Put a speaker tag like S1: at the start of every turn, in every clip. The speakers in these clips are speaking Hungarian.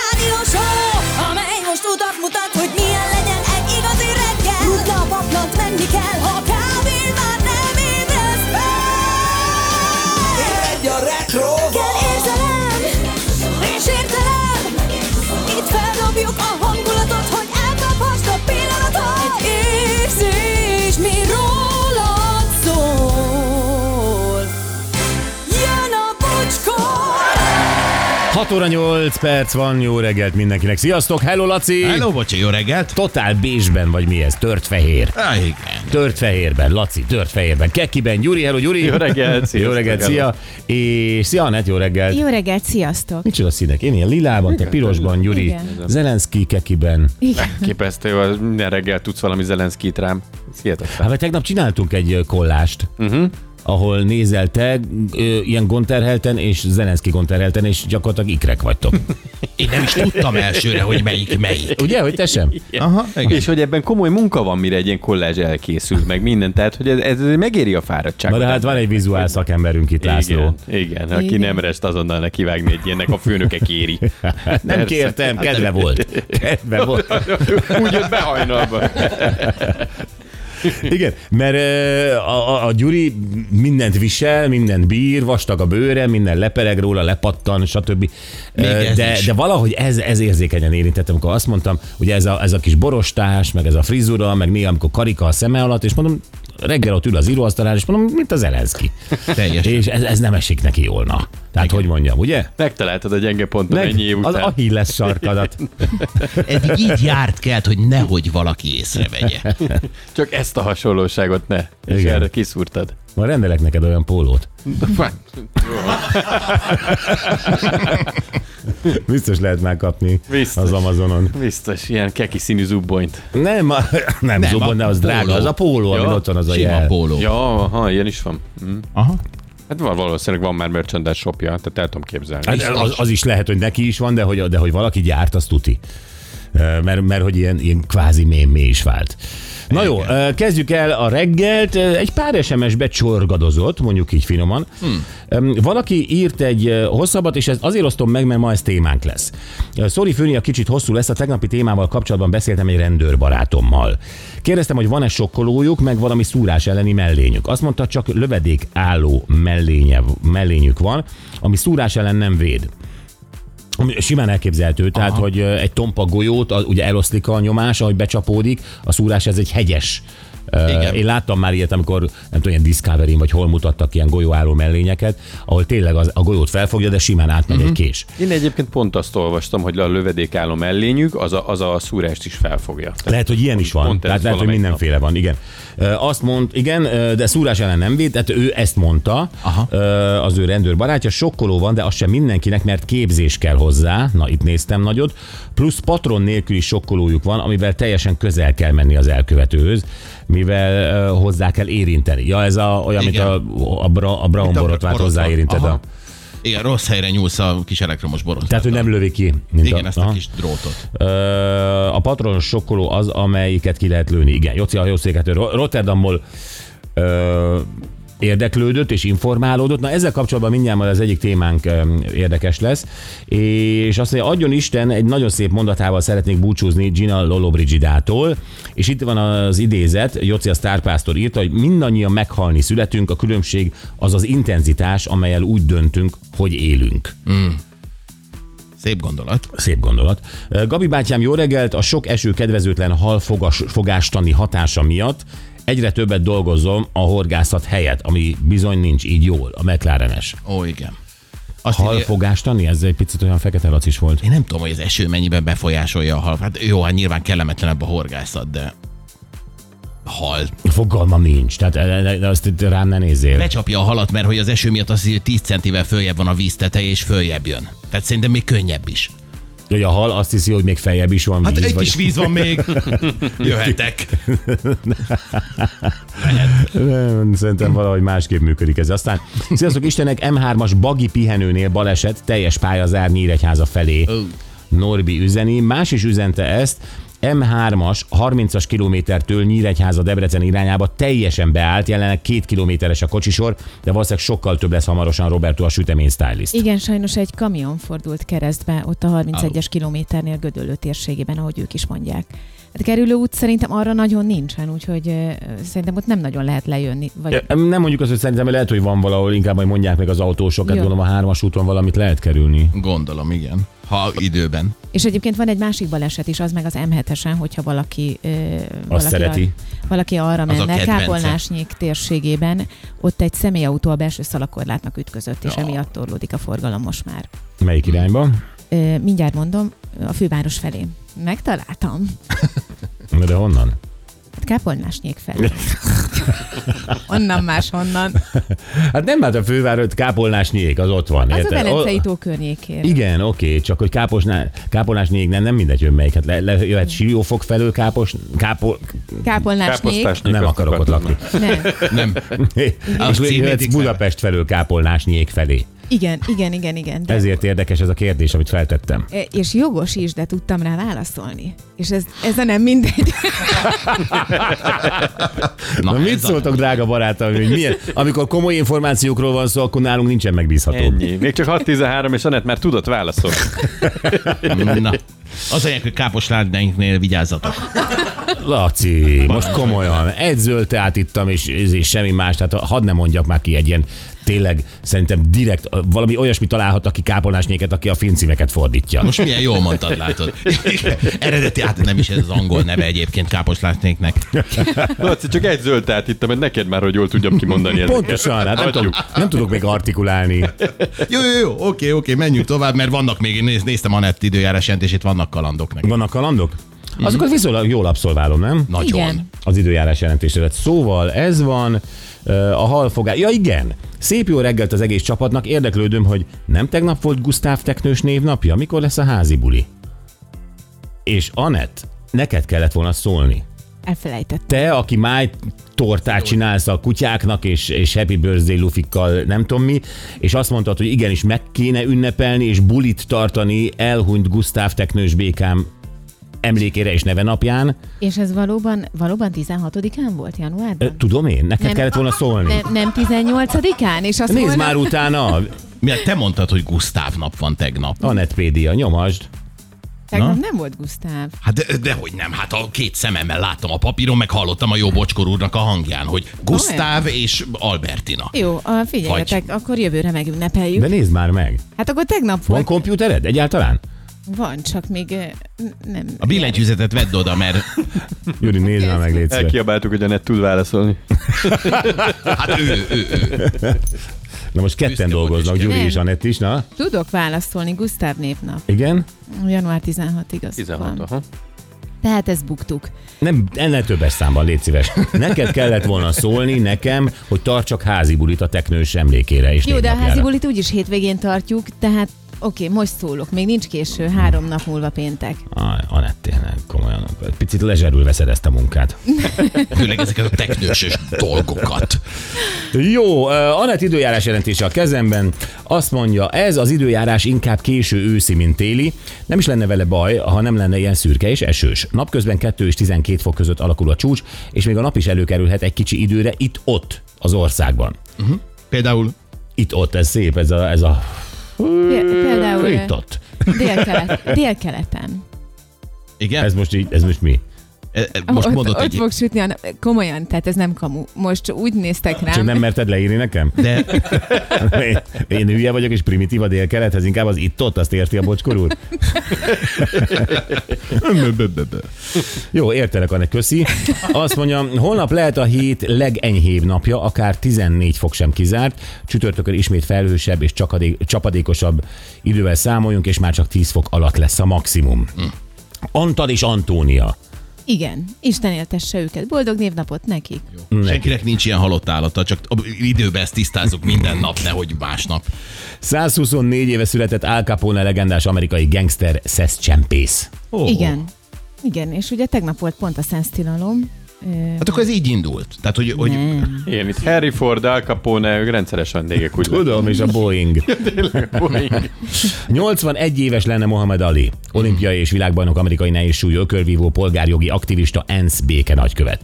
S1: rádió show, amely most utat mutat, hogy milyen legyen egy igazi reggel. Rutna a paplant, menni kell, ha kávén már nem ébredsz fel.
S2: Egy a retro
S1: Kell érzelem, és értelem, itt feldobjuk a hangulatot, hogy elkaphast a pillanatot. Egy érzés, mi rólad szól. Jön a bocskor!
S3: 6 óra 8 perc van, jó reggelt mindenkinek. Sziasztok, hello Laci!
S4: Hello, bocsi, jó reggelt!
S3: Totál bézsben vagy mi ez? Tört fehér.
S4: Ah, igen.
S3: Tört fehérben, Laci, tört fehérben. Kekiben, Gyuri, hello Gyuri!
S5: Jó reggelt,
S3: Jó reggelt, szia! És szia Anett, jó reggelt!
S6: Jó reggelt, sziasztok!
S3: Micsoda színek? Én ilyen lilában, te pirosban, Gyuri.
S6: Igen.
S3: Zelenszky kekiben.
S5: Képesztő, az minden reggel tudsz valami Zelenszkit rám. Ez hihetetlen.
S3: Hát mert tegnap csináltunk egy ö, kollást,
S4: Mhm.
S3: uh-huh. ahol nézel te ö, ilyen gonterhelten és Zelenszky gonterhelten, és gyakorlatilag ikrek vagytok.
S4: Én nem is tudtam elsőre, hogy melyik melyik.
S3: Ugye, hogy te sem?
S4: Aha, igen.
S5: És hogy ebben komoly munka van, mire egy ilyen kollázs elkészül, meg minden, tehát hogy ez, ez megéri a
S3: Na
S5: fáradtságot.
S3: de hát van egy vizuál szakemberünk itt, László.
S5: igen, igen, aki
S6: Igen.
S5: nem rest, azonnal neki vágni egy ilyennek, a főnöke kéri.
S3: Hát Nem
S5: Persze. Hát
S3: kértem, kedve volt. Kedve volt.
S5: Úgy jött behajnalba.
S3: Igen, mert ö, a, a, a Gyuri mindent visel, mindent bír, vastag a bőre, minden lepereg róla, lepattan, stb. Ö,
S4: ez
S3: De,
S4: is.
S3: de valahogy ez, ez érzékenyen érintett, amikor azt mondtam, hogy ez a, ez a kis borostás, meg ez a frizura, meg néha, amikor karika a szeme alatt, és mondom, reggel ott ül az íróasztalán, és mondom, mint az Zelenszky.
S4: Teljesen.
S3: És ez, ez nem esik neki jól, na. Tehát, hogy mondjam, ugye?
S5: Megtaláltad a gyenge pontot ennyi év
S3: az
S5: után.
S3: Achilles sarkadat.
S4: Eddig így járt kelt, hogy nehogy valaki észrevegye.
S5: Csak ezt a hasonlóságot ne. És
S3: Igen.
S5: erre kiszúrtad.
S3: Ma rendelek neked olyan pólót. Biztos lehet már kapni
S5: Biztos.
S3: az Amazonon.
S5: Biztos, ilyen keki színű zubbonyt.
S3: Nem, a- nem, nem
S4: Nem,
S3: zubon,
S4: a
S3: de az
S4: póló.
S3: drága. Az a póló,
S5: Ja,
S3: amin ott van az a
S4: Sima
S3: jel.
S4: póló.
S5: Ja, aha, ilyen is van. Mm.
S4: Aha.
S5: Hát van, valószínűleg van már merchandise shopja, tehát el tudom képzelni.
S3: Hát az, az, is lehet, hogy neki is van, de hogy, de hogy valaki gyárt, az tuti. Ö, Mert, mert hogy ilyen, ilyen kvázi mémé is vált. Na jó, ö, kezdjük el a reggelt. Ö, Egy pár SMS becsorgadozott, mondjuk így finoman. Hmm. Valaki írt egy ö, hosszabbat, és ezt azért osztom meg, mert ma ez témánk lesz. Szóri főni a kicsit hosszú lesz, a tegnapi témával kapcsolatban beszéltem egy rendőrbarátommal. Kérdeztem, hogy van-e sokkolójuk, meg valami szúrás elleni mellényük. Azt mondta, csak lövedék álló mellénye, mellényük van, ami szúrás ellen nem véd. Ami Simán elképzelhető, tehát Aha. hogy ö, egy tompa golyót, a- ugye eloszlik a nyomás, ahogy becsapódik, a szúrás ez egy hegyes. Ö,
S4: Igen.
S3: Én láttam már ilyet, amikor nem tudom, ilyen discovery vagy hol mutattak ilyen golyóálló mellényeket, ahol tényleg az, a golyót felfogja, de simán átmegy uh-huh. egy kés.
S5: Én egyébként pont azt olvastam, hogy a lövedék álló mellényük, az a, az a szúrást is felfogja.
S3: Lehet, hogy ilyen is van.
S5: Pont ez
S3: Tehát lehet, hogy
S5: valamelyik
S3: mindenféle van, igen. Ö, Azt mond, igen, ö, de szúrás ellen nem véd, tehát ő ezt mondta,
S4: Aha.
S3: Ö, az ő rendőr barátja, sokkoló van, de az sem mindenkinek, mert képzés kell hozzá, na itt néztem nagyot, plusz patron nélküli sokkolójuk van, amivel teljesen közel kell menni az elkövetőhöz, mivel ö, hozzá kell érinteni. Ja, ez a, olyan, mint
S4: Igen.
S3: a, a, bra, a Braun
S4: Mint a
S3: borotvát
S4: borotva.
S3: hozzáérinted.
S4: Aha.
S3: A,
S4: Igen, rossz helyre nyúlsz a kis elektromos borot.
S3: tehát, hogy nem lövi ki. mint
S4: Igen, ezt a
S3: aha.
S4: kis drótot.
S3: Ö, a patron sokkoló az, amelyiket ki lehet lőni. Igen, Joci a hajószéket Ro- Rotterdamból ö, érdeklődött és informálódott. Na ezzel kapcsolatban mindjárt majd az egyik témánk ö, érdekes lesz. És azt mondja, adjon Isten, egy nagyon szép mondatával szeretnék búcsúzni Gina Lollobrigidától. És itt van az idézet, Joci a sztárpásztor írta, hogy mindannyian meghalni születünk, a különbség az az intenzitás, amelyel úgy döntünk, hogy élünk.
S4: Szép gondolat.
S3: Szép gondolat. Gabi bátyám, jó reggelt! A sok eső kedvezőtlen hal fogas, fogástani hatása miatt egyre többet dolgozom a horgászat helyett, ami bizony nincs így jól, a McLarenes.
S4: Ó, igen. Azt írja-
S3: Halfogástani? Ez egy picit olyan fekete lac is volt.
S4: Én nem tudom, hogy az eső mennyiben befolyásolja a hal. Hát jó, hát nyilván kellemetlenebb a horgászat, de hal.
S3: Fogalmam nincs, tehát e- e- azt itt rám ne nézzél.
S4: Becsapja a halat, mert hogy az eső miatt az, hogy 10 centivel följebb van a víz teteje, és följebb jön. Tehát szerintem még könnyebb is.
S3: Hogy a hal azt hiszi, hogy még feljebb is van
S4: Hát
S3: víz.
S4: egy
S3: vagy...
S4: kis víz van még. Jöhetek.
S3: Nem, Szerintem valahogy másképp működik ez. Aztán, sziasztok Istenek, M3-as bagi pihenőnél baleset, teljes pályazár Nyíregyháza felé. Norbi üzeni, más is üzente ezt, M3-as 30-as kilométertől Nyíregyháza Debrecen irányába teljesen beállt, jelenleg két kilométeres a kocsisor, de valószínűleg sokkal több lesz hamarosan Roberto a sütemény stylist.
S2: Igen, sajnos egy kamion fordult keresztbe ott a 31-es kilométernél Gödöllő térségében, ahogy ők is mondják. Hát kerülő út szerintem arra nagyon nincsen, úgyhogy ö, szerintem ott nem nagyon lehet lejönni. Vagy...
S3: Ö, Nem mondjuk azt, hogy szerintem mert lehet, hogy van valahol, inkább majd mondják meg az autósok, hát
S2: Jó.
S3: gondolom a hármas úton valamit lehet kerülni.
S4: Gondolom, igen. Ha időben.
S2: És egyébként van egy másik baleset is, az meg az M7-esen, hogyha valaki, ö, valaki,
S3: szereti.
S2: Ar, valaki arra
S4: a
S2: menne,
S4: kedvence.
S2: Kápolnásnyék térségében, ott egy személyautó a belső szalakorlátnak ütközött, és
S4: Ja.
S2: emiatt torlódik a forgalom most már.
S3: Melyik irányba?
S2: Ö, mindjárt mondom, a főváros felé. Megtaláltam.
S3: Na De honnan?
S2: Hát Kápolnásnyék felé. Onnan máshonnan.
S3: Hát nem, hát a főváros Kápolnás nyék, az ott van.
S2: Az a
S3: érted?
S2: Velencei tó környékén.
S3: Igen, oké, csak hogy káposnál, kápolnás négy, nem, nem mindegy, hogy melyik. Hát le, le, jöhet Siófok felől kápos, kápol,
S2: Kápolnásnyék.
S5: Káposztásnyék
S3: nem akarok ott lakni.
S2: Nem.
S4: Nem.
S3: És
S4: címédik
S3: jöhetsz
S4: fel.
S3: Budapest felől kápolnás nyék felé.
S2: Igen, igen, igen, igen. De
S3: Ezért érdekes ez a kérdés, amit feltettem.
S2: E, És jogos is, de tudtam rá válaszolni. És ez, ez a nem mindegy.
S3: Na, Na mit
S4: ez a-
S3: szóltok, drága barátom, hogy milyen, amikor komoly információkról van szó, akkor nálunk nincsen megbízható.
S5: Ennyi. Még csak 6-13, és Anett már tudott válaszolni.
S4: Na. Az anyag, hogy kápos lányainknél vigyázzatok.
S3: Laci, most komolyan, egy zöld teát ittam, és, és semmi más, tehát hadd ne mondjak már ki egy ilyen tényleg szerintem direkt ö, valami olyasmi találhat, aki kápolnásnyéket, aki a filmcímeket fordítja.
S4: Most milyen jól mondtad, látod. Eredeti, hát nem is ez az angol neve egyébként kápos lányainknek.
S5: Laci, csak egy zöld teát ittam, mert neked már, hogy jól tudjam kimondani ezeket.
S3: Pontosan, hát nem,
S5: Hagyjuk.
S3: tudom, nem tudok még artikulálni.
S4: Jó, jó, jó, oké, oké, menjünk tovább, mert vannak még, én néz, néztem a net időjárás jelentését, vannak kalandok nekem.
S3: Vannak kalandok? Azokat viszonylag jól abszolválom, nem?
S4: Nagyon.
S2: Igen.
S3: Az időjárás jelentésedet. Szóval ez van, ö, a halfogás. Ja igen, szép jó reggelt az egész csapatnak, érdeklődöm, hogy nem tegnap volt Gusztáv Teknős névnapja? Mikor lesz a házi buli? És Anett, neked kellett volna szólni.
S2: Elfelejtett.
S3: Te, aki máj tortát csinálsz a kutyáknak, és, és happy birthday lufikkal, nem tudom mi, és azt mondtad, hogy igenis meg kéne ünnepelni, és bulit tartani elhunyt Gusztáv Teknős békám emlékére és neve napján.
S2: És ez valóban, valóban 16-án volt
S3: Ö,
S2: januárban?
S3: Tudom én, neked
S2: Nem.
S3: kellett volna szólni.
S2: Nem, nem 18-án? És azt
S3: Nézd
S2: volna...
S3: már utána,
S4: Mert te mondtad, hogy Gusztáv nap van tegnap.
S3: Anetpédia, nyomasd.
S2: Tegnap
S4: Na?
S2: nem volt Gusztáv.
S4: Hát de, de hogy nem, hát a két szememmel láttam a papíron, meg hallottam a jó bocskor úrnak a hangján, hogy Gusztáv és Albertina.
S2: Jó, a, figyeljetek, akkor jövőre megünnepeljük.
S3: De nézd már meg.
S2: Hát akkor tegnap
S3: Van
S2: volt.
S3: kompjútered egyáltalán?
S2: Van, csak még ö, n- nem.
S4: A billentyűzetet vedd oda, mert
S3: Júri, nézd már meg, légy szíves.
S5: Elkiabáltuk, hogy Anett tud válaszolni.
S4: hát ő, ő, ő.
S3: Na most ketten
S4: Büszke volt,
S3: dolgoznak,
S4: Istenem.
S3: Gyuri és
S2: Nem.
S3: Anett is, na?
S2: Tudok válaszolni Gusztáv névnap.
S3: Igen?
S2: Január 16-ig az
S5: 16,
S2: van.
S5: aha.
S2: Tehát ezt buktuk.
S3: Nem, ennél többes számban, légy szíves. Neked kellett volna szólni nekem, hogy tartsak házi bulit a teknős emlékére és
S2: Jó, de a
S3: névnapjára.
S2: házi bulit úgyis hétvégén tartjuk, tehát oké, most szólok, még nincs késő, három nap múlva péntek.
S3: Aj, Anett, tényleg komolyan. Picit lezserül veszed ezt a munkát.
S4: főleg ezeket a teknősös dolgokat.
S3: Jó, ö, Anett időjárás jelentése a kezemben. Azt mondja, ez az időjárás inkább késő őszi, mint téli. Nem is lenne vele baj, ha nem lenne ilyen szürke és esős. Napközben 2 és 12 fok között alakul a csúcs, és még a nap is előkerülhet egy kicsi időre itt-ott az országban.
S4: Például
S3: Itt-ott, ez szép, ez a... Ez a
S2: Pé- Például ö,
S3: itt-ott.
S2: délkelet, délkeleten.
S4: igen,
S3: Ez
S4: ez,
S3: most, így, ez most mi?
S4: most
S2: ott,
S4: mondott
S2: ott
S4: egy...
S2: fog sütni, a nap- komolyan, tehát ez nem kamu. Most úgy néztek rám.
S3: Csak nem merted leírni nekem?
S4: De
S3: Én, én hülye vagyok, és primitív a délkelethez, inkább az itt-ott, azt érti a bocskor úr? Jó, értelek, Anne, köszi. Azt mondja, holnap lehet a hét legenyhébb napja, akár 14 fok sem kizárt. Csütörtökön ismét felhősebb és csakadé- csapadékosabb idővel számoljunk, és már csak 10 fok alatt lesz a maximum. Antal és Antónia.
S2: Igen, Isten éltesse őket. Boldog névnapot nekik.
S4: senkinek nincs ilyen halott állata, csak időben ezt tisztázzuk minden nap, nehogy másnap.
S3: 124 éve született Al Capone legendás amerikai gangster szeszcsempész.
S4: Oh.
S2: Igen. Igen, és ugye tegnap volt pont a szensztilalom,
S4: Hát akkor ez így indult. Tehát, hogy, hogy
S5: Én itt Harry Ford, Al Capone, ők rendszeres vendégek, úgy
S3: Tudom, és a Boeing.
S5: Boeing.
S3: 81 éves lenne Mohamed Ali, olimpiai és világbajnok amerikai nehézsúlyú ökörvívó polgárjogi aktivista, ENSZ béke nagykövet.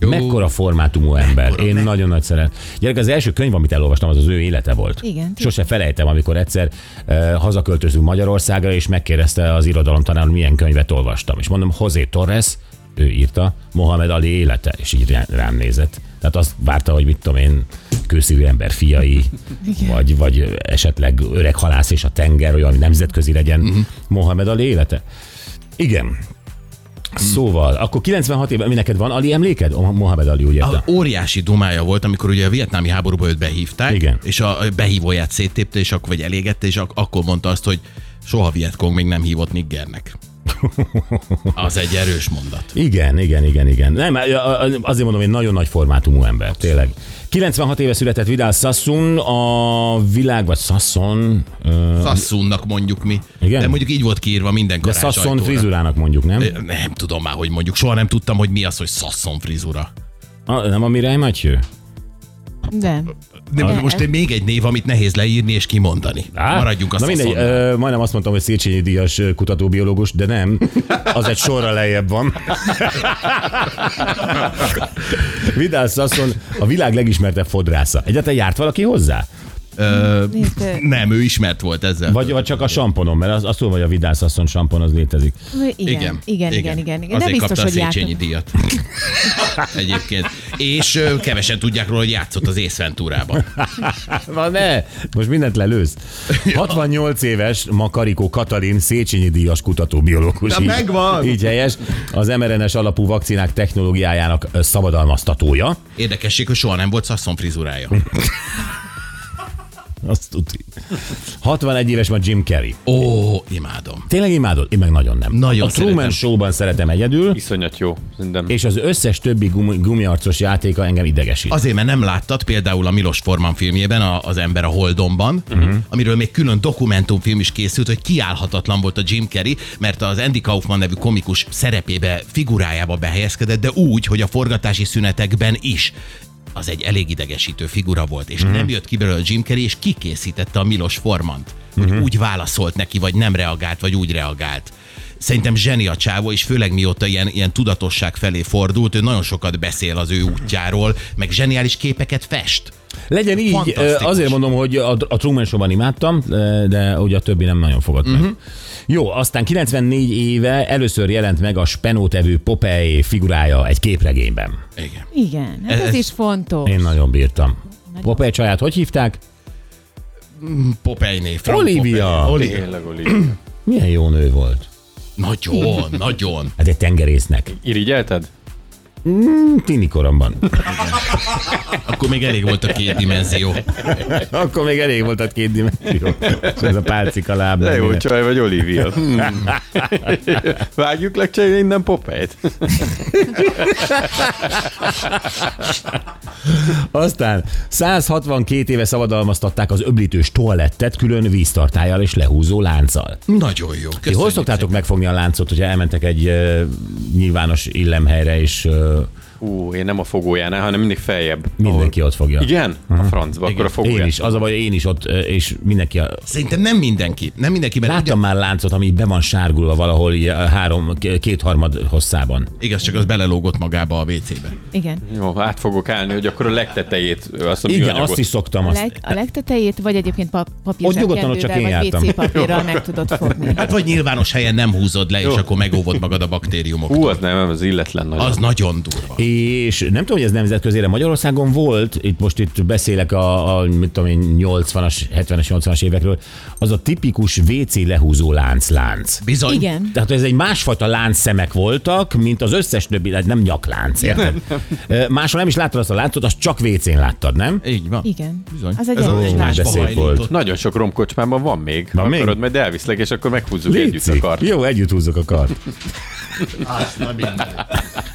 S3: Jó. Mekkora formátumú ember. Mekkora, Én nagyon nagy szeret. Gyerek, az első könyv, amit elolvastam, az az ő élete volt.
S2: Igen, tudom.
S3: Sose felejtem, amikor egyszer uh, hazaköltözünk Magyarországra, és megkérdezte az irodalomtanár, hogy milyen könyvet olvastam. És mondom, José Torres, ő írta, Mohamed Ali élete, és így rá- rám nézett. Tehát azt várta, hogy mit tudom én, kőszívű ember fiai, vagy, vagy esetleg öreg halász és a tenger, olyan nemzetközi legyen Mohamed Ali élete. Igen. Szóval, akkor 96 évben, mi neked van Ali emléked? Oh, Mohamed Ali, ugye?
S4: A óriási dumája volt, amikor ugye a vietnámi háborúba őt behívták,
S3: Igen.
S4: és a a behívóját széttépte, és akkor, vagy elégette, és ak- akkor mondta azt, hogy soha Vietkong még nem hívott niggernek. Az egy erős mondat.
S3: Igen, igen, igen, igen. Nem, azért mondom, hogy nagyon nagy formátumú ember, tényleg. 96 éve született Vidal Sassoon, a világ, vagy Sasson, ö,
S4: Sasszunnak mondjuk mi.
S3: Igen?
S4: De mondjuk így volt kiírva minden
S3: de
S4: karács
S3: Sasson
S4: ajtóra.
S3: frizurának mondjuk, nem?
S4: Ö, Nem tudom már, hogy mondjuk. Soha nem tudtam, hogy mi az, hogy szasszon frizura.
S3: A, Ah, nem a Mirály Matyő?
S2: De.
S4: De most még egy név, amit nehéz leírni és kimondani.
S3: Á,
S4: Maradjunk a
S3: Na mindegy,
S4: szasszonnál.
S3: ö, majdnem azt mondtam, hogy Széchenyi Díjas ö, kutatóbiológus, de nem. Az egy sorra lejjebb van. Vidal Sasson a világ legismertebb fodrásza. Egyáltalán járt valaki hozzá?
S4: Ö,
S2: Nézd, ö,
S4: Nem, ő ismert volt ezzel.
S3: Vagy, vagy csak a samponon, mert azt, azt tudom, hogy a Vidal Sasson sampon az létezik.
S2: Igen, igen, igen, igen. igen, igen. De
S4: Azért
S2: biztos,
S4: kapta
S2: hogy
S4: a Széchenyi
S2: jártam.
S4: díjat. Egyébként. És ö, kevesen tudják róla, hogy játszott az Ace Venturában.
S3: Na ne, most mindent lelősz. 68 éves Makarikó Katalin Széchenyi Díjas kutatóbiológus.
S4: Na,
S3: Így-
S4: megvan!
S3: Így helyes. Az mRNS alapú vakcinák technológiájának ö, szabadalmaztatója.
S4: Érdekesség, hogy soha nem volt szasszon frizurája.
S3: Azt tudni. 61 éves már Jim Carrey.
S4: Ó, imádom.
S3: Tényleg imádod? Én meg nagyon nem.
S4: Nagyon
S3: a Truman
S4: szeretem.
S3: Show-ban szeretem egyedül,
S5: Iszonyat jó. Minden.
S3: és az összes többi gumi, gumiarcos játéka engem idegesít.
S4: Azért, mert nem láttad például a Milos Forman filmjében, a, az ember a Holdonban, uh-huh. amiről még külön dokumentumfilm is készült, hogy kiállhatatlan volt a Jim Carrey, mert az Andy Kaufman nevű komikus szerepébe, figurájába behelyezkedett, de úgy, hogy a forgatási szünetekben is az egy elég idegesítő figura volt, és nem jött ki belőle a Jim Carrey, és kikészítette a Milos Formant, hogy úgy válaszolt neki, vagy nem reagált, vagy úgy reagált. Szerintem zseni a csávó, és főleg mióta ilyen, ilyen tudatosság felé fordult, ő nagyon sokat beszél az ő útjáról, meg zseniális képeket fest.
S3: Legyen így, ö,
S4: Fantasztikus.
S3: azért mondom, hogy a, a Truman Show-ban imádtam, ö, de ugye a többi nem nagyon fogott
S4: Mhm.
S3: uh-huh. meg. Jó, aztán 94 éve először jelent meg a spenótevő Popeye figurája egy képregényben.
S4: Igen.
S2: Igen, hát ez
S4: Ez-
S2: is fontos.
S3: Én nagyon bírtam. Popeye csaját hogy hívták?
S4: Popeyné,
S3: Olivia.
S4: Olivia.
S5: Tényleg, Oli.
S3: Milyen jó nő volt.
S4: Nagyon, nagyon.
S3: Hát egy tengerésznek.
S5: Irigyelted?
S3: Tini koromban.
S4: Akkor még elég volt a két dimenzió.
S3: Akkor még elég volt a két dimenzió. És ez a pálcika láb.
S5: De jó
S3: minden.
S5: csaj vagy, Olivia. Hmm. Vágjuk le csaj innen popájt.
S3: Aztán 162 éve szabadalmaztatták az öblítős toalettet külön víztartályjal és lehúzó lánccal.
S4: Nagyon
S3: Ti
S4: jó.
S3: hol
S4: Köszönjük.
S3: szoktátok megfogni a láncot, hogyha elmentek egy uh, nyilvános illemhelyre, és uh,
S5: Ú, én nem a fogójánál, hanem mindig feljebb.
S3: mindenki ott fogja.
S5: Ahol- Igen? A francba, akkor a
S3: Én
S5: fogóján.
S3: is, az a baj, én is ott, ö, és mindenki a...
S4: Szerintem nem mindenki. Nem mindenki, mert
S3: Láttam már láncot, ami be van sárgulva valahol így a három, k- kétharmad hosszában.
S4: Igaz, csak az belelógott magába a WC-be.
S2: Igen.
S5: Jó, át fogok állni, hogy akkor a legtetejét, azt a
S3: Igen,
S5: műanyagot.
S3: azt is szoktam.
S2: A,
S3: Azt.
S2: leg, a legtetejét, vagy egyébként pa- papír
S3: Ott nyugodtan, ott csak én
S2: zsebkendővel,
S3: jártam.
S2: vagy WC papírral meg tudod fogni.
S4: Hát vagy nyilvános helyen nem húzod le, és akkor megóvod magad a baktériumoktól.
S5: Hú, az nem, az illetlen nagyon.
S4: Az nagyon durva.
S3: És nem tudom, hogy ez nemzetközére Magyarországon volt, itt most itt beszélek a, a mit tudom én, 80-as, 70-es, 80-as évekről, az a tipikus WC lehúzó lánc-lánc.
S4: Bizony.
S2: Igen.
S3: Tehát ez egy másfajta láncszemek voltak, mint az összes többi, hát nem nyaklánc, érted? Ö, Máshol nem is láttad azt a láncot, azt csak WC-n láttad, nem?
S4: Így van.
S2: Igen.
S4: Bizony.
S2: Az egy
S4: Ez
S2: erős
S4: egy
S2: láncba
S4: másba
S3: de szép
S4: hajlított.
S3: volt.
S5: Nagyon sok romkocsmában van még.
S3: Van
S5: Van
S3: még?
S5: Akarod, még? majd elviszlek, és akkor meghúzzuk együtt a
S3: Léci.
S5: kart.
S3: Jó, együtt húzzuk a kart.
S4: Azt na minden.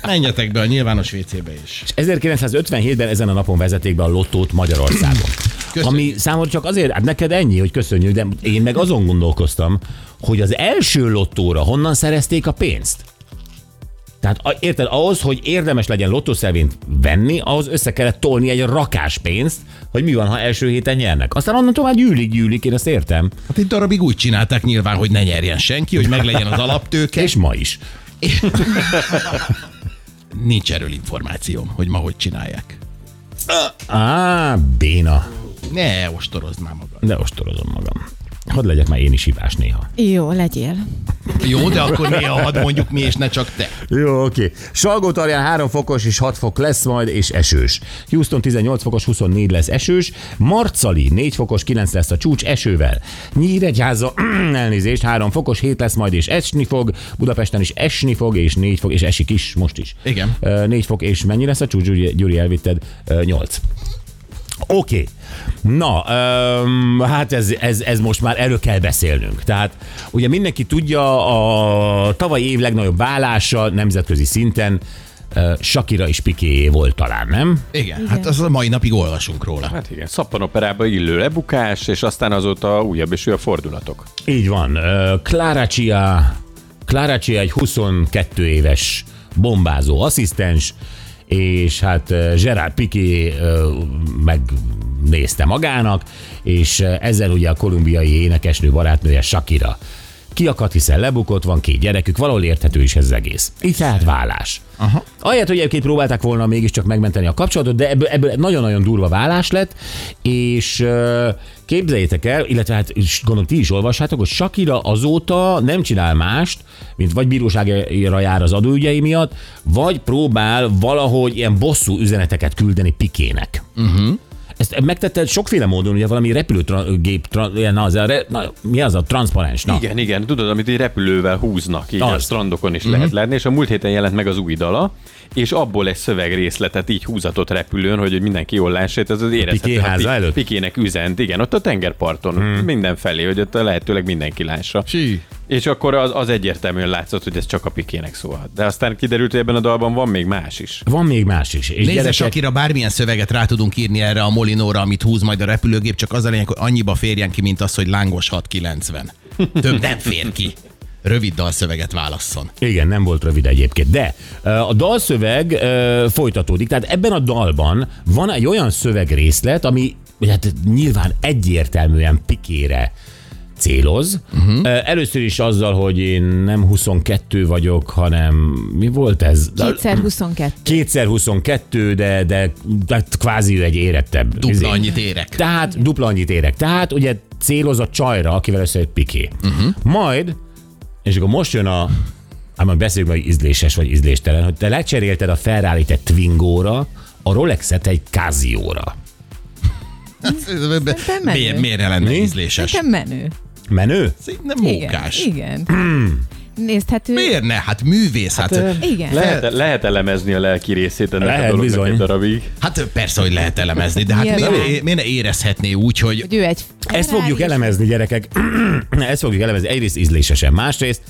S4: Menjetek be a nyilvános WC-be is.
S3: És 1957-ben ezen a napon vezeték be a lottót Magyarországon. Köszönjük. Ami számomra csak azért, hát neked ennyi, hogy köszönjük, de én meg azon gondolkoztam, hogy az első lottóra honnan szerezték a pénzt? Tehát a- érted, ahhoz, hogy érdemes legyen lottószervényt venni, ahhoz össze kellett tolni egy rakás pénzt, hogy mi van, ha első héten nyernek. Aztán onnantól már gyűlik, gyűlik, én ezt értem.
S4: Hát egy darabig úgy csinálták nyilván, hogy ne nyerjen senki, hogy meglegyen az alaptőke.
S3: És ma is.
S4: Nincs erről információm, hogy ma hogy csinálják.
S3: Á, béna.
S4: Ne, ostorozd már magad.
S3: De ostorozom magam. Hadd legyek már én is hívás néha.
S2: Jó, legyél.
S4: Jó, de akkor néha hadd mondjuk mi, és ne csak te.
S3: Jó, oké. Salgó tarján 3 fokos és 6 fok lesz majd, és esős. Houston 18 fokos, 24 lesz esős. Marcali 4 fokos, 9 lesz a csúcs esővel. Nyíregyháza, elnézést, 3 fokos, 7 lesz majd, és esni fog. Budapesten is esni fog, és 4 fok, és esik is, most is.
S4: Igen.
S3: Ö, 4 fok, és mennyi lesz a csúcs? Gyuri, Gyuri elvitted, Ö, 8. Oké. Na, öm, hát ez, ez, ez most már erről kell beszélnünk. Tehát ugye mindenki tudja, a tavalyi év legnagyobb vállása nemzetközi szinten ö, Shakira és Pikéjé volt talán, nem?
S4: Igen, Igen. hát az a mai napig olvasunk róla.
S5: Hát igen, szappanoperába illő lebukás, és aztán azóta újabb és újabb fordulatok.
S3: Így van. Ö, Clara Chia, Clara Chia egy 22 éves bombázó asszisztens, és hát ö, Gerard Piqué ö, megnézte magának, és ö, ezzel ugye a kolumbiai énekesnő barátnője Shakira kiakadt, hiszen lebukott, van két gyerekük, valahol érthető is ez az egész. Így tehát vállás. Aha. Ahelyett, hogy egyébként próbálták volna mégiscsak megmenteni a kapcsolatot, de ebből, ebből nagyon-nagyon durva vállás lett, és ö, képzeljétek el, illetve hát is- gondolom ti is olvassátok, hogy Shakira azóta nem csinál mást, mint vagy bíróságra jár az adóügyei miatt, vagy próbál valahogy ilyen bosszú üzeneteket küldeni Pikének. Ezt megtette sokféle módon, ugye valami repülőgép, tra- na, az a re- na, mi az a transzparens? Na.
S5: Igen, igen, tudod, amit egy repülővel húznak, így
S3: Az.
S5: a strandokon
S3: Mhm.
S5: is lehet látni, és a múlt héten jelent meg az új dala, és abból egy szövegrészletet így húzatott repülőn, hogy mindenki jól lássa, ez az érezhető.
S3: Piqué
S5: hát
S3: háza
S5: Pi-
S3: előtt? Mhm.
S5: Piquének üzent, igen, ott a tengerparton, mindenfelé, hogy ott lehetőleg mindenki lássa.
S4: Sí.
S5: És akkor az, az egyértelműen látszott, hogy ez csak a Pikének szólhat. De aztán kiderült, hogy ebben a dalban van még más is.
S3: Van még más is. És
S4: Nézd,
S3: gyerekek-
S4: Sakira bármilyen szöveget rá tudunk írni erre a molinóra, amit húz majd a repülőgép, csak az a lényeg, hogy annyiba férjen ki, mint az, hogy lángos 690. Több nem fér ki. Rövid dalszöveget válasszon.
S3: Igen, nem volt rövid egyébként, de ö, a dalszöveg ö, folytatódik, tehát ebben a dalban van egy olyan szövegrészlet, ami hát nyilván egyértelműen pikére céloz. Uh-huh. Először is azzal, hogy én nem 22 vagyok, hanem mi volt ez?
S2: Kétszer 22.
S3: Kétszer 22, de, de, de kvázi ő egy érettebb.
S4: Dupla
S3: izé.
S4: annyit érek.
S3: Tehát dupla annyit érek. Tehát ugye céloz a csajra, akivel össze egy piké. Uh-huh. Majd, és akkor most jön a, hát majd beszéljünk meg, hogy ízléses vagy ízléstelen, hogy te lecserélted a ferrari egy Twingóra, a Rolexet egy Casio-ra.
S4: Miért,
S2: menő.
S4: miért ne lenne ízléses?
S2: Nekem menő.
S3: Menő?
S4: Szerintem
S2: Igen,
S4: mókás.
S2: igen.
S3: Hmm.
S2: Nézhető.
S4: Miért ne? Hát művész. Hát, hát,
S2: Igen.
S5: Lehet, lehet elemezni a lelki részét ennek
S3: Lehet,
S5: a dolognak
S3: bizony.
S5: egy darabig.
S4: hát persze, hogy lehet elemezni, de hát
S2: Nyilván.
S4: miért, miért ne érezhetné úgy, hogy
S2: Hogy ő egy
S3: Ezt fogjuk
S2: Ferrari,
S3: elemezni, gyerekek. Ezt fogjuk elemezni. Egyrészt ízlésesen, másrészt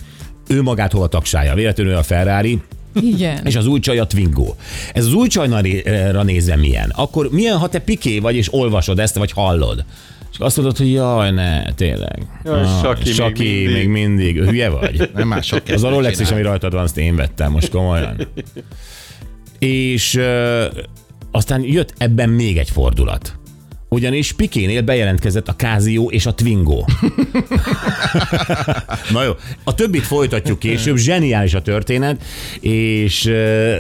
S3: ő magát hova tagsálja. Véletlenül ő a Ferrari,
S2: Igen.
S3: és az új csaj a Twingo. Ez az új csajra nézve milyen? Akkor milyen, ha te piké vagy, és olvasod ezt, vagy hallod? És azt mondod, hogy jaj, ne, tényleg.
S5: Jaj,
S3: Ah,
S5: Saki még
S3: még
S5: mindig.
S3: mindig. Hülye vagy?
S4: nem már sok
S3: Az a
S4: kezdet
S3: Rolex is,
S4: csinál.
S3: ami rajtad van, azt én vettem, most komolyan. És ö, aztán jött ebben még egy fordulat. Ugyanis Pikénél bejelentkezett a Casio és a Twingo. Na jó, a többit folytatjuk később, zseniális a történet, és ö,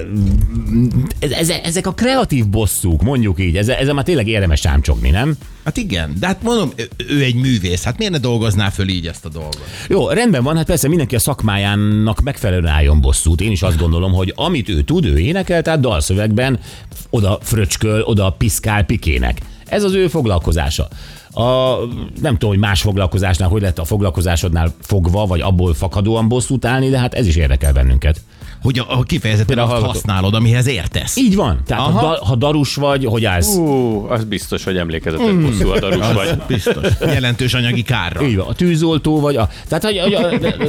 S3: ez- ez- ezek a kreatív bosszúk, mondjuk így, ezzel, ezzel már tényleg érdemes ámcsogni, nem?
S4: Hát igen, de hát mondom, ő- ő egy művész, hát miért ne dolgozná föl így ezt a dolgot?
S3: Jó, rendben van, hát persze mindenki a szakmájának megfelelően álljon bosszút. Én is azt gondolom, hogy amit ő tud, ő énekel, tehát dalszövegben oda fröcsköl, oda piszkál pikének. Ez az ő foglalkozása. A, nem tudom, hogy más foglalkozásnál, hogy lett a foglalkozásodnál fogva, vagy abból fakadóan bosszút állni, de hát ez is érdekel bennünket.
S4: Hogy a, a kifejezetten
S3: Például
S4: azt
S3: hallgató.
S4: használod, amihez értesz.
S3: Így van. Tehát ha,
S4: Aha.
S3: da, ha darus vagy, hogy állsz?
S5: Ú, az biztos, hogy emlékezetes
S3: Mhm.
S5: bosszú a darus vagy.
S4: Biztos. Jelentős anyagi kárra.
S3: Így van, a tűzoltó vagy a... Tehát hogy, hogy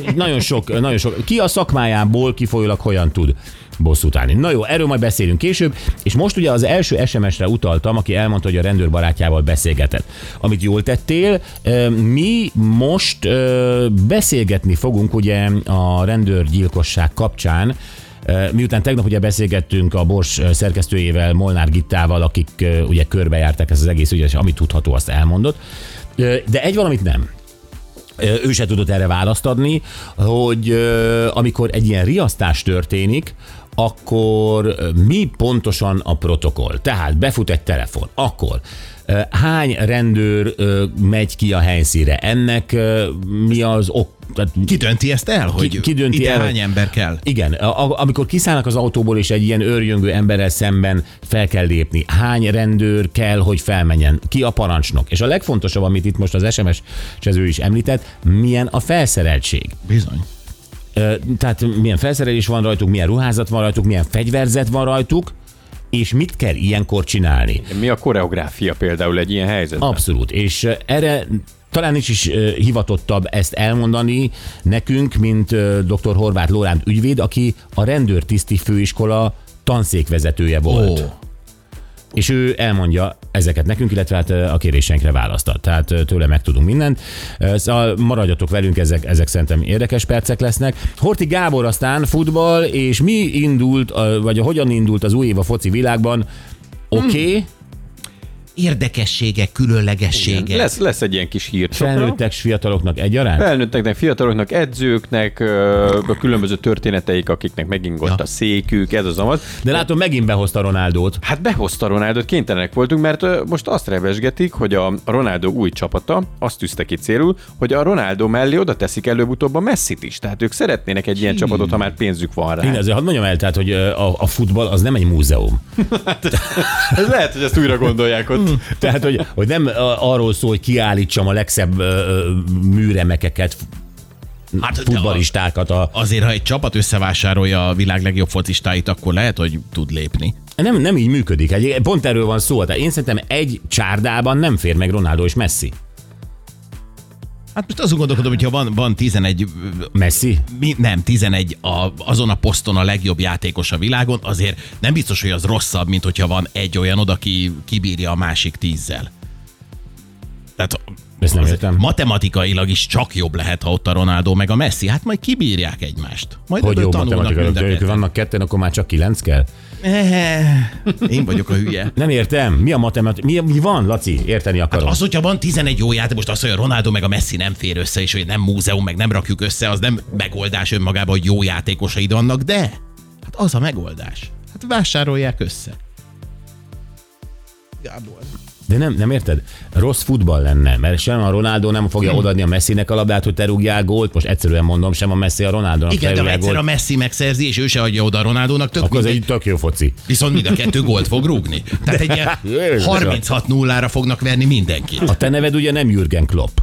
S3: a, nagyon, sok, nagyon sok. Ki a szakmájából kifolyólag hogyan tud bosszút állni. Na jó, erről majd beszélünk később, és most ugye az első SMS-re utaltam, aki elmondta, hogy a rendőr barátjával beszélgetett. Amit jól tettél, ö, mi most ö, beszélgetni fogunk ugye a rendőrgyilkosság kapcsán, E, Miután tegnap ugye beszélgettünk a Bors e, szerkesztőjével, Molnár Gittával, akik e, ugye körbejárták ezt az egész ügyet, és amit tudható, azt elmondott. E, De egy valamit nem. E, Ő se tudott erre választ adni, hogy e, amikor egy ilyen riasztás történik, akkor e, mi pontosan a protokoll? Tehát befut egy telefon, akkor e, hány rendőr e, megy ki a helyszínre? Ennek e, mi az ok? Tehát
S4: Ki dönti ezt el, hogy
S3: ki dönti
S4: ide
S3: el,
S4: hány ember kell?
S3: igen, a- a- amikor kiszállnak az autóból, és egy ilyen őrjöngő emberrel szemben fel kell lépni, hány rendőr kell, hogy felmenjen, ki a parancsnok. És a legfontosabb, amit itt most az SMS csező is említett, milyen a felszereltség.
S4: Bizony.
S3: Ö, Tehát milyen felszerelés van rajtuk, milyen ruházat van rajtuk, milyen fegyverzet van rajtuk, és mit kell ilyenkor csinálni.
S5: Mi a koreográfia például egy ilyen helyzetben?
S3: Abszolút, és ö, erre talán nincs is ö, hivatottabb ezt elmondani nekünk, mint ö, dr. Horváth Lóránt ügyvéd, aki a rendőrtiszti főiskola tanszékvezetője volt.
S4: Ó.
S3: És ő elmondja ezeket nekünk, illetve hát ö, a kéréseinkre választ ad. Tehát ö, tőle megtudunk mindent. Ö, Szóval maradjatok velünk, ezek, ezek szerintem érdekes percek lesznek. Horti Gábor aztán futball, és mi indult, ö, vagy hogyan indult az új év a foci világban? Oké, okay,
S4: Érdekességek, különlegességek.
S5: Lesz, lesz egy ilyen kis hírt.
S3: felnőttek s fiataloknak egyaránt?
S5: Felnőtteknek, fiataloknak, edzőknek, ö, a különböző történeteik, akiknek megingott
S4: Ja.
S5: a székük, ez az amaz.
S3: De látom, megint behozta Ronaldót.
S5: Hát behozta Ronaldot, kénytelenek voltunk, mert ö, most azt revesgetik, hogy a Ronaldo új csapata azt tűzte ki célul, hogy a Ronaldo mellé oda teszik előbb-utóbb a Messit is. Tehát ők szeretnének egy ilyen csapatot, ha már pénzük van rá.
S3: Én azért hadd mondjam el, tehát, hogy ö, a, a futball az nem egy múzeum.
S5: Ez lehet, hogy ezt újra gondolják ott.
S3: Tehát, hogy, hogy nem ö, arról szól, hogy kiállítsam a legszebb ö, ö, műremekeket,
S4: Hát, de
S3: futbalistákat. A...
S4: Azért, ha egy csapat összevásárolja a világ legjobb focistáit, akkor lehet, hogy tud lépni.
S3: Nem, nem így működik. Egy, pont erről van szó. Tehát én szerintem egy csárdában nem fér meg Ronaldo és Messi.
S4: Hát most azon gondolkodom, hogyha van, van 11,
S3: Messi?
S4: mi, nem, 11 a, azon a poszton a legjobb játékos a világon, azért nem biztos, hogy az rosszabb, mint hogyha van egy olyanod, aki kibírja a másik tízzel. Tehát
S3: Ezt nem
S4: az-
S3: értem.
S4: matematikailag is csak jobb lehet, ha ott a Ronaldo meg a Messi. Hát majd kibírják egymást. Majd
S3: Hogy
S4: ebből
S3: jó
S4: tanulnak
S3: matematika,
S4: mind a
S3: de ők
S4: ketten.
S3: vannak ketten, akkor már csak kilenc kell.
S4: Eh, Én vagyok a hülye.
S3: Nem értem. Mi a matematika? Mi, mi van, Laci? Érteni akarom.
S4: Az, hogyha van 11 jó játék, most az, hogy a Ronaldo meg a Messi nem fér össze, és hogy nem múzeum, meg nem rakjuk össze, az nem megoldás önmagában, hogy jó játékosaid vannak, de hát az a megoldás. Hát vásárolják össze. Gábor.
S3: De nem, nem érted? Rossz futball lenne, mert sem a Ronaldo nem fogja
S4: Hmm.
S3: odaadni a Messinek a labdát, hogy te rúgjál gólt, most egyszerűen mondom, sem a Messi a Ronaldónak te
S4: Igen, de ha
S3: rúgjál
S4: egyszer a
S3: gólt.
S4: Messi megszerzi, és ő se adja oda a Ronaldónak, tök
S3: Akkor az
S4: mindegy.
S3: egy tök jó foci.
S4: Viszont mind a kettő gólt fog rúgni. Tehát egy ilyen
S3: Jézus.
S4: 36 0 ra fognak verni mindenkit.
S3: A te neved ugye nem Jürgen Klopp.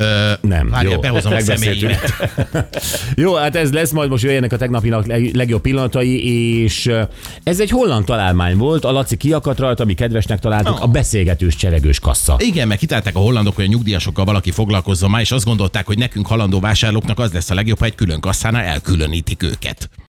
S4: Ö,
S3: Nem,
S4: Várjál,
S3: jó,
S4: behozom a
S3: megbeszéltük.
S4: személyimet.
S3: Jó, hát ez lesz, majd most jöjjenek a tegnapi nap leg- legjobb pillanatai, és ö, ez egy holland találmány volt, a Laci kiakadt rajta, mi kedvesnek találtuk,
S4: Ó.
S3: a beszélgetős cseregős kassa.
S4: Igen, mert kitálták a hollandok, hogy a nyugdíjasokkal valaki foglalkozzon már, és azt gondolták, hogy nekünk halandó vásárlóknak az lesz a legjobb, ha egy külön kasszánál elkülönítik őket.